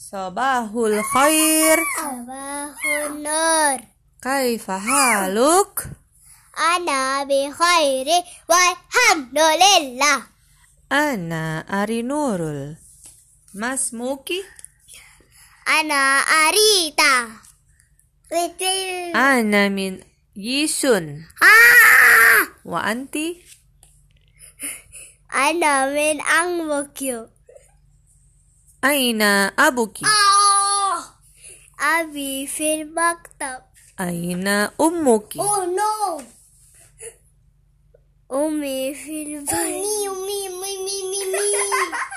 Sabahul khair Sabahun nur Kaifa haluk Ana bi khairi walhamdulillah Ana Arinurul Mas Muki Ana Arita Este Ritil Ana min Yisun Ah Wa anti Ana min ang mukyo Aina abuki ¡Ah! Abi fil maktab Aina ummuki Oh no! Oh, Umi fil bayi. Umi, umi, umi, umi, umi.